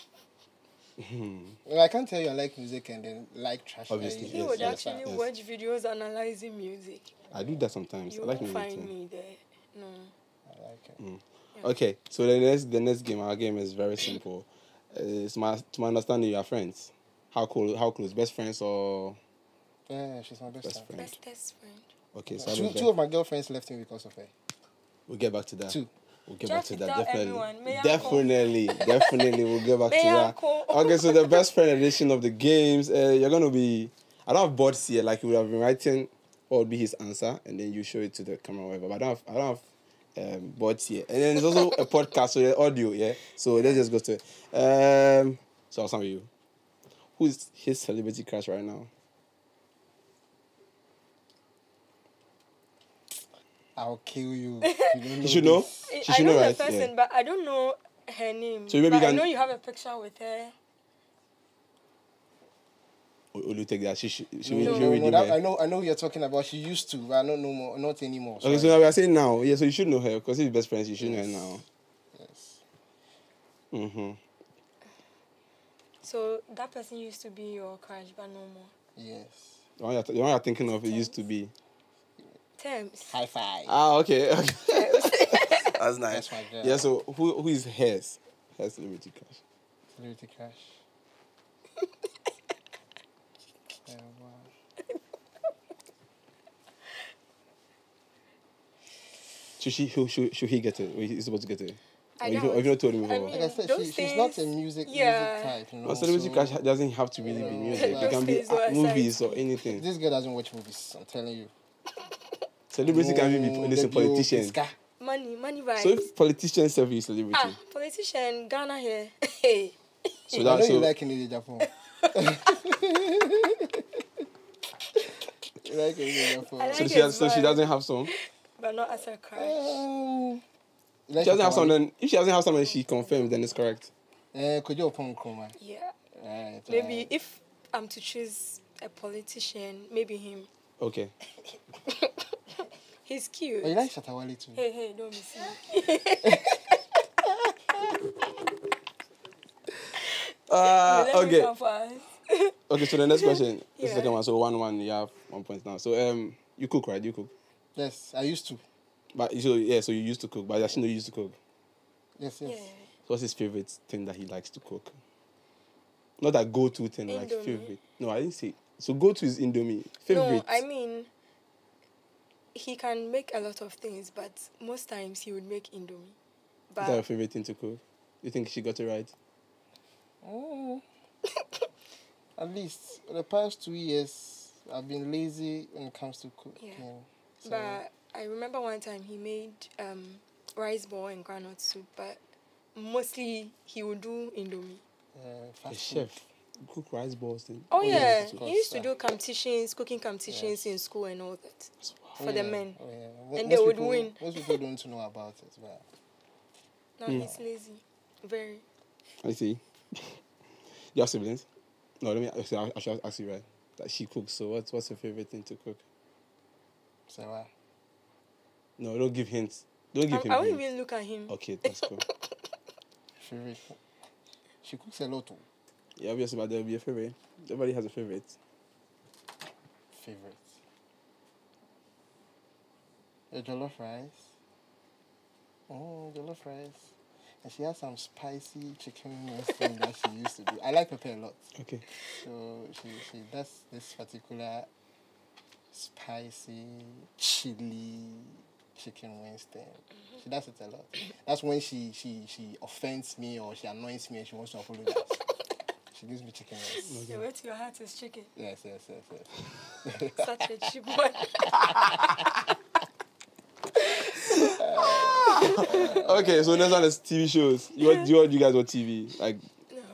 A: Well, I can't tell you I like music and then like trash
B: Obviously,
A: lyrics.
C: He
B: Yes,
C: would
B: yes,
C: actually
B: yes.
C: watch videos analyzing music.
B: I do that sometimes.
C: You
B: I like
C: won't
B: music
C: find
B: too.
C: me there. No.
A: I like it.
B: Okay, so the next the next game, our game is very simple. Uh, it's my to my understanding, you are friends. How cool? How close? Best friends or
A: Yeah, she's my best,
B: best
A: friend.
B: friend?
C: Bestest friend.
B: Okay, so I
A: Two,
B: don't
A: two of
B: bet-
A: my girlfriends left me because of her.
B: we'll get back to that.
A: Two.
B: We'll get
C: Just
B: back to that
C: tell
B: definitely.
C: everyone, may I
B: definitely, definitely, we'll get back
C: May
B: to
C: I
B: that.
C: call?
B: Okay, so the best friend edition of the games. Uh, you're gonna be. I don't have boards here. Like you would have been writing what would be his answer, and then you show it to the camera, or whatever. But I don't have. I don't have um, boards here, and then it's also a podcast, so the audio, yeah. So let's just go to it. Um, so I'll start with you. Who's his celebrity crush right now?
A: I'll kill you. You, don't
B: You should know.
A: this.
C: I-
B: She
C: I
B: should
C: know
B: know,
C: the
B: right? Yeah.
C: person, but I don't know her name.
B: So maybe
C: but
B: you
C: I
B: can-
C: know you have a picture with her.
B: Olu Olu take that. She should. She
A: No,
B: will-
A: no,
B: she
A: no,
B: will
A: no,
B: redeem
A: that,
B: her.
A: I know, I know who you're talking about. She used to, but I don't know more, not anymore.
B: Okay, so
A: sorry.
B: now we are saying now. Yeah, so you should know her because she's best friends. You should know her now.
A: yes.
B: Mm-hmm.
C: So that person used to be your crush, but no more.
A: yes.
B: The one, you're, the one you're thinking of, it used to be.
C: Terms.
A: High five.
B: Ah, okay. okay. That's nice.
A: That's my girl.
B: Yeah, so who who is hers? Her celebrity crush.
A: Celebrity crush. Yeah, wow.
B: Should she should, should, should he get it? Or he's supposed to get it?
C: I
B: Or you,
C: doubt.
B: have not told him
C: I
B: before.
C: mean-
A: Like I said,
C: Those
A: she, she's not a
C: days,
A: music
C: yeah.
A: music type. You know,
B: no, celebrity
A: so
B: crush doesn't have to really be music. It
A: Those
B: can be
C: days were
B: uh,
C: aside.
B: movies or anything.
A: This girl doesn't watch movies. I'm telling you.
B: Celebrity can even
A: No,
B: be listen
A: the bio
B: politicians.
A: pisca.
C: Money, money vibes.
B: So if politicians serve you celebrity,
C: ah, politician, Ghana here. hey.
B: so
A: I know
B: that so
A: you like Kennedy Japan. you like Kennedy Japan.
C: I
B: so
C: like
B: she
C: his
B: has, so she
C: vibe.
B: doesn't have some.
C: But not as a crush.
A: Um, you
B: She
A: like
B: doesn't have some.
A: Shakawari?
B: Then if she doesn't have some, then she confirms. Then it's correct.
A: Eh, could you open Chroma?
C: Yeah.
A: Right.
C: Maybe
A: right.
C: if I'm to choose a politician, maybe him.
B: Okay.
C: He's cute.
A: Oh, you like Shatawali too?
C: Hey, hey, don't be silly.
A: Ah,
B: Uh,
C: Let me
B: okay.
C: come first.
B: Okay, so the next question. This is the
C: Yeah.
B: second one. So one one, you have one point now. So um you cook, right? You cook.
A: Yes, I used to.
B: But so yeah, so you used to cook, but I actually know you used to cook.
A: Yes, yes.
C: Yeah.
B: So what's his favorite thing that he likes to cook? Not that go to thing, like
C: Indomie.
B: favorite. No, I didn't say so go to is Indomie. Favorite.
C: No, I mean, he can make a lot of things, but most times he would make Indomie.
B: is that your
C: But
B: favorite thing to cook? You think she got it right?
A: Mm. At least the past two years, I've been lazy when it comes to cooking. So eh,
C: But I remember one time he made um, rice ball and granite soup, but mostly he would do indomie.
A: uh,
B: A
A: fast food.
B: chef. Cook rice balls then.
C: Oh, yeah,
A: of
C: he used to
A: course,
C: do competitions, cooking competitions in school and all that for the
A: Yeah,
C: men.
A: oh, yeah. Mo- most
C: And they would
A: people-
C: win.
A: Most people don't know about it, but
C: Now
A: Hmm.
C: he's lazy, very.
B: I see. you have siblings? No, let me actually, I- I should ask you right. That she cooks. So what's what's your favorite thing to cook?
A: so uh,
B: No, don't give hints. Don't give
C: I,
B: him
C: I won't
B: hints.
C: even look at him.
A: Oh,
B: Okay, that's cool.
A: favorite. food. She cooks a lot. oh. Of
B: yeah, obviously, but there'll be a favorite. Everybody has a favorite.
A: favorite. The jollof rice. Oh, jollof rice. And she has some spicy chicken wings thing that she used to do. I like pepper a lot.
B: Okay.
A: So she, she does this particular spicy chili chicken wings thing. She does it a lot. That's when she she she offends me or she annoys me and she wants to apologize. she gives me chicken wings.
C: The way to your heart is chicken.
A: Yes, yes, yes, yes.
C: Such a cheap one.
B: Okay, so next one is TV shows. You what, do you, what you guys watch TV? Like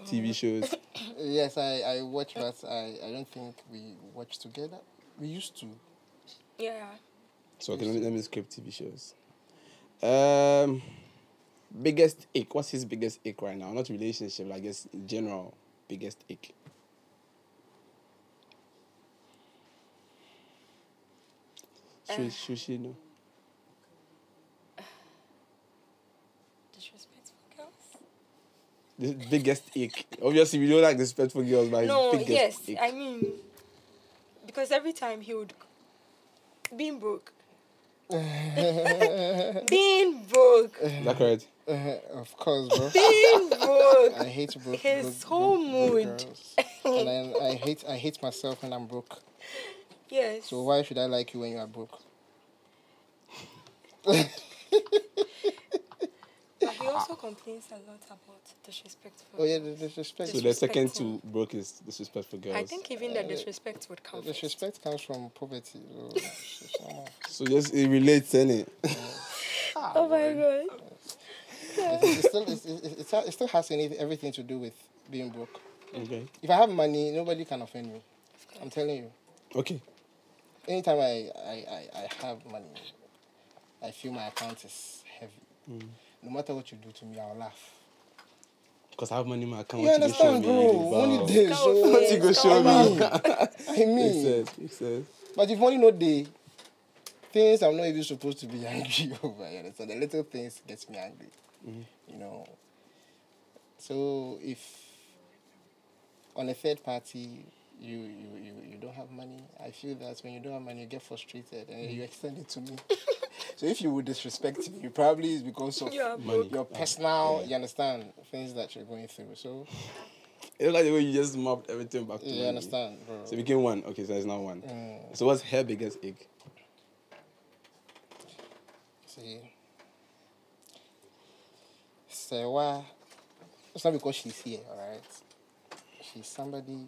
C: Mm.
B: TV shows?
A: Yes, I, I watch but I, I don't think we watch together. We used to.
C: yeah.
B: So okay, let me, let me script TV shows. Um, biggest ick. What's his biggest ick right now? Not relationship, like just in general. Biggest ick. Should, should she know?
C: Disrespectful girls.
B: The biggest ick. Obviously, we don't like respectful girls, but his
C: No,
B: biggest
C: yes.
B: ick.
C: I mean, because every time he would. Being broke.
A: Uh-huh.
C: Being broke.
B: Is that correct?
A: of course, bro.
C: Being broke.
A: I hate broke.
C: His
A: broke-
C: whole
A: broke- broke
C: mood.
A: girls. and then I hate I hate myself when I'm broke.
C: Yes.
A: So why should I like you when you are broke?
C: But he also complains a lot about disrespectful.
A: Oh yeah, the disrespect.
B: So the second
C: Disrespectful.
B: two broke is disrespectful girls.
C: I think even the disrespect would come.
A: The
C: first.
A: disrespect comes from poverty. So it's normal.
B: so. Just it relates, innit?
C: Oh my god.
A: It's- it's still, it's, it's, it's, it still has any, everything to do with being broke.
B: okay.
A: If I have money, nobody can offend me. I'm telling you.
B: Okay.
A: Anytime I, I, I, I have money, I feel my account is heavy.
B: Mm.
A: No matter what you do to me, I'll laugh.
B: Because I have money in my account.
A: You
B: what go show
A: understand,
B: me?
A: bro?
B: Wow.
A: Only day,
C: Go
A: so
C: with
B: What you go show me?
A: I
B: He
A: mean,
B: said, he said.
A: but if money no day, things I'm not even supposed to be angry over. You understand? The little things gets me angry.
B: Mm.
A: You know. So if on a third party you, you, you, you don't have money, I feel that when you don't have money you get frustrated and you extend it to me. so if you would disrespect me, probably it's because of
C: You are
B: Money.
C: broke.
A: your personal
B: yeah.
A: you understand, things that you're going through. So
B: It's like the way you just mapped everything back to
A: you
B: money.
A: understand, bro. Mm.
B: So it became one. Okay, so it's now one. So what's her biggest ick?
A: See. Sewa, it's not because she's here, alright? She's somebody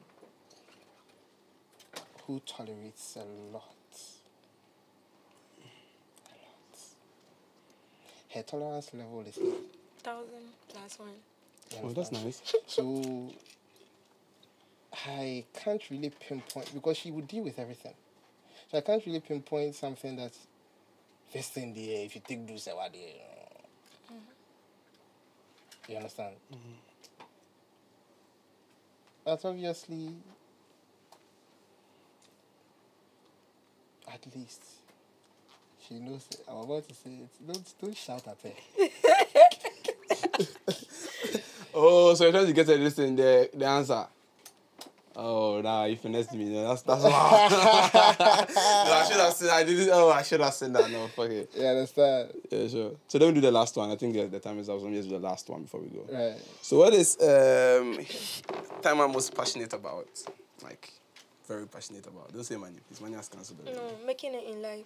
A: who tolerates a lot. A lot. Her tolerance level is low.
C: Thousand plus one.
A: you
B: Oh, that's
A: understand?
B: nice.
A: So I can't really pinpoint because she would deal with everything. So I can't really pinpoint something that's this thing there, if you take this away there. you know. You understand? Mm-hmm. But obviously at least she knows it. I'm about to say it. Don't don't shout at her.
B: Oh, so you're trying to get her this in the the answer. Oh nah, you finessed me. No, That's that's no, I should have seen I didn't oh I should have seen that. No, fuck it.
A: You understand?
B: Yeah, sure. So let me do the last one. I think the, the time is up. So let me just do the last one before we go.
A: Right.
B: So what is um time I'm most passionate about? Like very passionate about. Don't say money, please. Money has cancelled. already.
C: No, making it in life.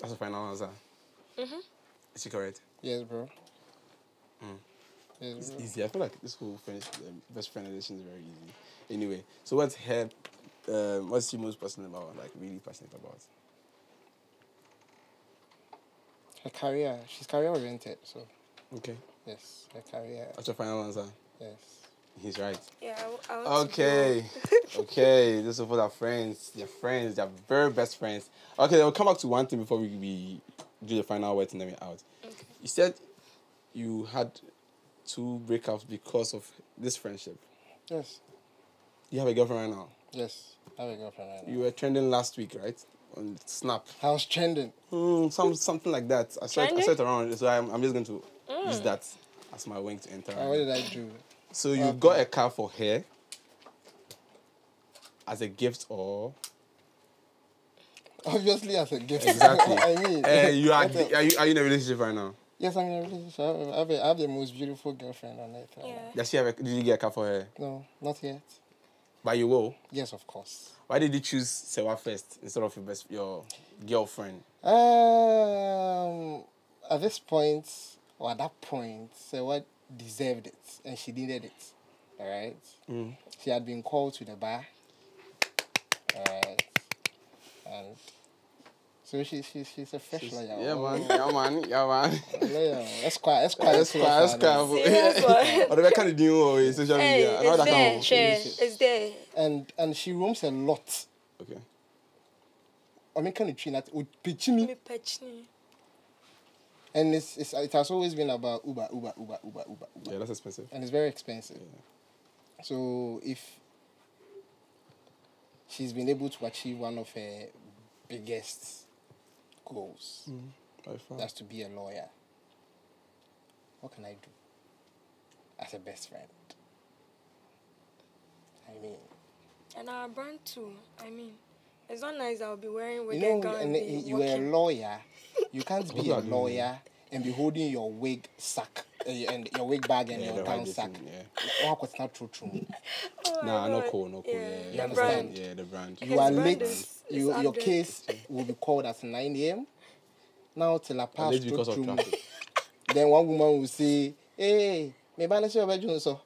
B: That's the final answer. Mm-hmm. Is she correct?
A: Yes, bro. It's
B: It's easy. I feel like this whole friend, um, best friend relation is very easy. Anyway, so what's her? Um, what's she most passionate about? Like really passionate about?
A: Her career, she's career oriented, so
B: Okay.
A: yes, her career,
B: That's your final answer.
A: yes.
B: He's right.
C: Yeah, I w- I, want to go.
B: Okay. okay. This is for their friends. Their friends. Their very best friends. Okay, then we'll come back to one thing before we, we do the final words and then we're out. You said you had two breakups because of this friendship.
A: Yes.
B: You have a girlfriend right now.
A: Yes. I have a girlfriend right now.
B: You were trending last week, right? On Snap.
A: I was trending.
B: Mm, some something like that. I saw, it, I saw it
C: Trending?
B: around, so I'm, I'm just going to use that as my wing to enter.
A: Uh, what did I do?
B: So you got a car for her as a gift, or
A: Obviously, as a gift.
B: Exactly.
A: I mean,
B: Eh, you are,
A: what the-
B: are you are you in a relationship right now?
A: yes, I'm in a relationship. I have, I have, a, I have the most beautiful girlfriend on earth. right now.
C: Yeah.
B: Does she have a, did you get a car for her?
A: No, not yet.
B: But you will.
A: Yes, of course.
B: Why did you choose Sewa first instead of your best your girlfriend?
A: Um, at this point, or at that point, Sewa deserved it and she needed it. All right.
B: Mm.
A: She had been called to the bar. All right. And so she, she, she's a fresh lawyer.
B: Yeah
A: Oh,
B: man, yeah man, yeah man.
A: Lawyer. Esquire, Esquire. Esquire,
B: That's quite, that's
A: Esquire.
B: quite.
C: Serious one.
B: Or the kind of new or social
C: Hey,
B: media.
C: it's
B: Another
C: there,
B: account.
C: share. It's there.
A: And, and she roams a lot.
B: Okay.
A: I mean, can you train that? Pichini.
C: Me patch me.
A: And it's, it's, it has always been about Uber, Uber, Uber, Uber, Uber, Uber.
B: Yeah, that's expensive.
A: and it's very expensive.
B: Yeah.
A: So if she's been able to achieve one of her biggest goals,
B: Mm-hmm. By far.
A: that's to be a lawyer, what can I do as a best friend? I mean,
C: And our brand too. I mean, it's not nice. I'll be wearing
A: you
C: with
A: know,
C: that gown
A: and
C: and be
A: you are a
C: walking.
A: lawyer. You can't
B: What
A: be
B: do
A: a
B: I do?
A: lawyer and be holding your wig sack uh, and your wig bag and
B: Yeah,
A: your
B: the
A: town
B: right
A: sack.
B: thing, yeah.
A: Wow, it's not true, true.
C: Oh my
B: Nah, not
C: God.
B: cool, not cool. Yeah, yeah,
A: You
C: the
A: understand?
C: brand.
B: Yeah, the brand.
A: you
C: His
A: are
C: brand
A: late.
C: is- is
A: you,
C: up
A: your
C: there.
A: case will be called at 9 a.m. Now till I pass
B: late because
A: through
B: of
A: to-
B: traffic.
A: Then one woman will say, hey, me banish your bedroom, so.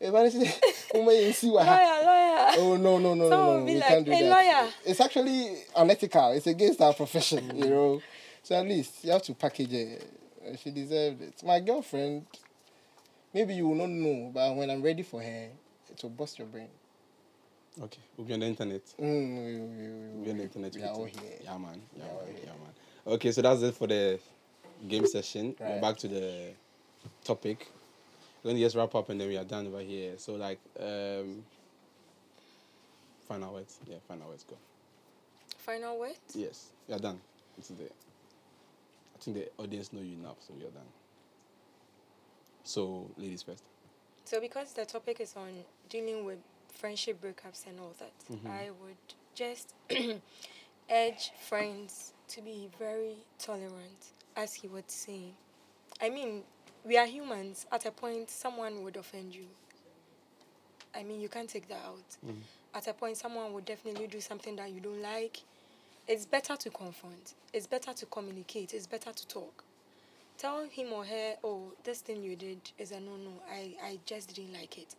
A: Me banish woman you see what happened.
C: Lawyer, lawyer.
A: Oh no no no
C: Someone
A: no!
C: will
A: no.
C: be
A: We
C: like,
A: can't do
C: "Hey,
A: that.
C: lawyer."
A: It's actually unethical. It's against our profession, you know. So at least you have to package it. Uh, She deserved it. My girlfriend, maybe you will not know, but when I'm ready for her, it will bust your brain.
B: Okay, we'll be on the internet.
A: Mm, we, we, we,
B: We'll be on the internet.
A: we are all
B: quickly.
A: here.
B: Yeah, man. Yeah,
A: all
B: man.
A: here.
B: Yeah, man. Okay, so that's it for the game session. We're
A: Right.
B: back to the topic. We're going to just wrap up and then we are done over here. So, like, um, final words. Yeah, final words. Go.
C: Final word.
B: Yes, we are done. It's the, I think the audience know you enough, so we are done. So, ladies first.
C: So because the topic is on dealing with friendship breakups and all that, I would just urge friends to be very tolerant, as he would say. I mean, we are humans. At a point, someone would offend you. I mean, you can't take that out. At a point, someone would definitely do something that you don't like. It's better to confront. It's better to communicate. It's better to talk tell him or her, oh, this thing you did is a no no. I, I just didn't like it.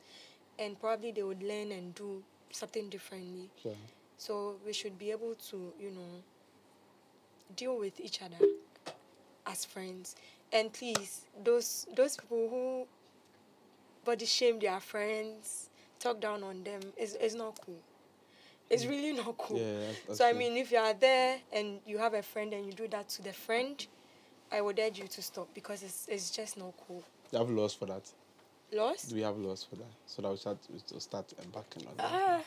C: And probably they would learn and do something differently.
B: Sure.
C: So we should be able to, you know, deal with each other as friends. And please, those those people who body shame their friends, talk down on them, is is not cool. It's really not cool.
B: Yeah, that's- that's
C: so I
B: true.
C: mean, if you are there and you have a friend and you do that to the friend, I would urge you to stop because it's it's just not cool.
B: Do you have laws for that?
C: Lost?
B: Do we have laws for that? So that we start, we start embarking on that.
A: Uh-huh.
C: Ah,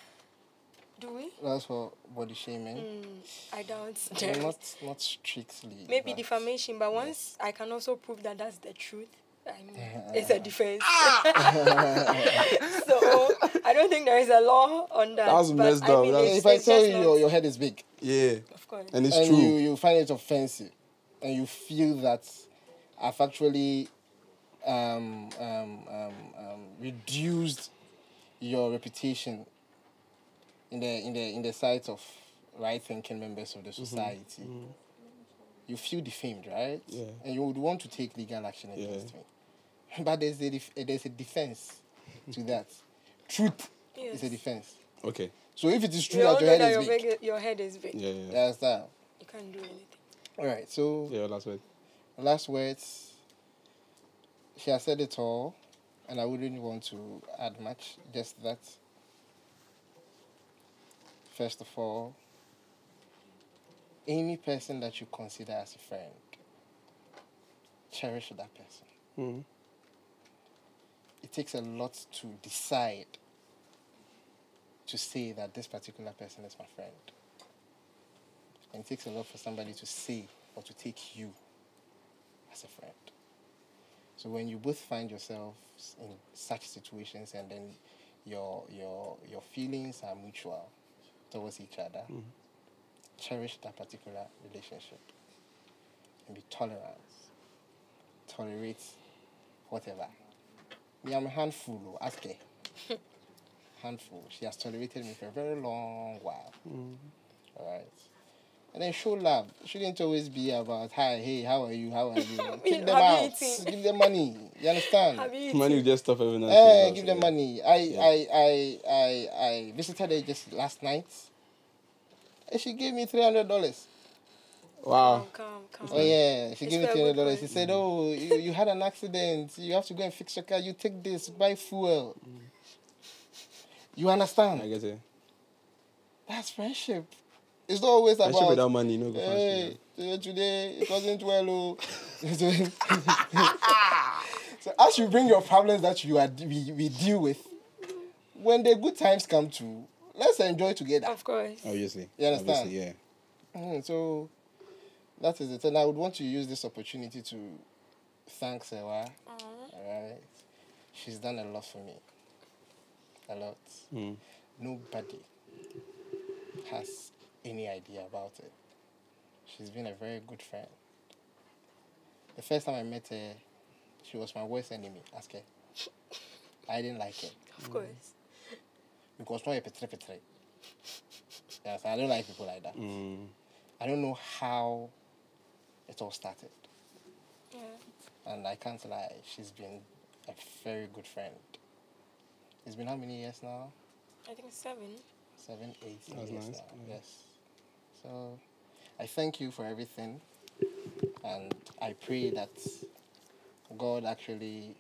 C: do we?
A: That's for body shaming.
C: Mm, I doubt.
A: Well,
C: that.
A: Hmm? not not strictly.
C: Mm. Maybe
A: but-
C: defamation, but once I can also prove that that's the truth, I mean, it's a defense.
A: Ah!
C: so I don't think there is a law on that.
B: That's
C: but
B: messed
C: I
B: up.
C: mean,
B: That's-
C: it's-
A: If I
C: it's
A: tell
C: just
A: you
C: not-
A: your, your head is big
B: Yeah.
C: of course.
B: And it's
A: and
B: true.
A: you, you find it offensive and you feel that I've actually um, um, um, um, reduced your reputation in the in the in the sight of right thinking members of the
B: Mm-hmm.
A: society. You feel defamed, right?
B: Yeah.
A: And you would want to take legal action
B: Yeah.
A: against me. But there's a, def- there's a defense to that. Truth is a
C: Yes.
A: defense.
B: Okay.
A: So if it is true
C: We all
A: that your
C: know
A: head
C: that your,
A: is big,
C: big- your head is big.
B: Yeah, yeah. yeah.
A: that's that.
C: You can't do anything.
A: All right. So
B: yeah your last word.
A: last words. She has said it all, and I wouldn't want to add much. Just that. First of all, any person that you consider as a friend, cherish that person. Hmm,
B: Mm.
A: it takes a lot to decide to say that this particular person is my friend. And it takes a lot for somebody to say or to take you as a friend. So when you both find yourselves in such situations and then your your your feelings are mutual towards each other, cherish that particular relationship and be tolerant. Tolerate whatever. Me, I'm a handful, oh, ask her. handful. She has tolerated me for a very long while. All right. And then show love. It shouldn't always be about, hi, hey, how are you? How are you? Take them
C: Have you
A: out.
C: eaten?
A: Give them money. You understand?
C: Have you
B: Money will just stop every now and
A: Eh,
B: then,
A: give
B: yeah.
A: them money. I,
B: Yeah.
A: I, I, I, I visited her just last night. And she gave me three hundred dollars. ah.
B: Wow.
C: Come, come,
A: Oh yeah, she
C: It's
A: gave me
C: for a
A: three
C: good
A: hundred dollars. She
C: cause.
A: said, "Oh, you, you had an accident. You have to go and fix your car. You take this, buy fuel." You
B: I
A: understand?
B: get it.
A: That's friendship. It's not always
B: I should without
A: about.
B: money, you know, go
A: Hey,
B: friendship.
A: eh, today it wasn't well. Oh. so as you bring your problems that you are we, we deal with, when the good times come to, let's enjoy together.
C: Of course.
B: Obviously.
A: You understand?
B: Obviously, yeah.
A: Mm, so that is it. And I would want to use this opportunity to thank Sewa. Alright. She's done a lot for me. A lot.
B: Mm.
A: Nobody has any idea about it. She's been a very good friend. The first time I met her, she was my worst enemy. Ask her. I didn't like her
C: Of course.
A: because not a petre petre. Yes, I don't like people like that.
B: Mm.
A: I don't know how it all started.
C: Yeah.
A: And I can't lie, she's been a very good friend. It's been how many years now?
C: I think seven.
A: Seven, eight
B: That's
A: years
B: nice,
A: now.
B: yeah.
A: Yes. So I thank you for everything. And I pray that God actually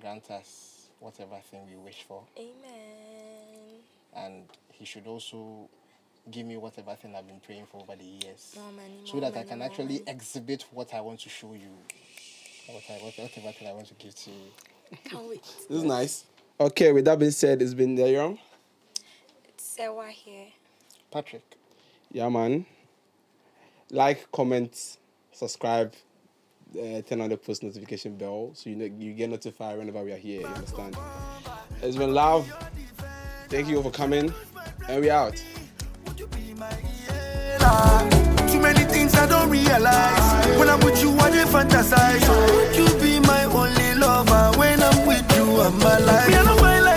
A: grant us whatever thing we wish for.
C: Amen.
A: And He should also give me whatever thing I've been praying for over the years.
C: More money,
A: so
C: more
A: that I
C: money,
A: can
C: more
A: actually
C: money.
A: exhibit what I want to show you, what I what, whatever thing I want to give to you.
C: Can't wait.
B: This is nice. Okay, with that being said, it's been there, young.
C: It's Sewa here.
A: Patrick,
B: Yeah, man. Like, comment, subscribe, uh, turn on the post notification bell so you know, you get notified whenever we are here. You understand? It's been love. Thank you all for coming, and we out.
D: Would you be my Iela? Too many things I don't realize. When I'm with you, I just fantasize. Would you be my only lover? When I'm with you, I'm alive. We are not my life. oh. oh. Oh, oh.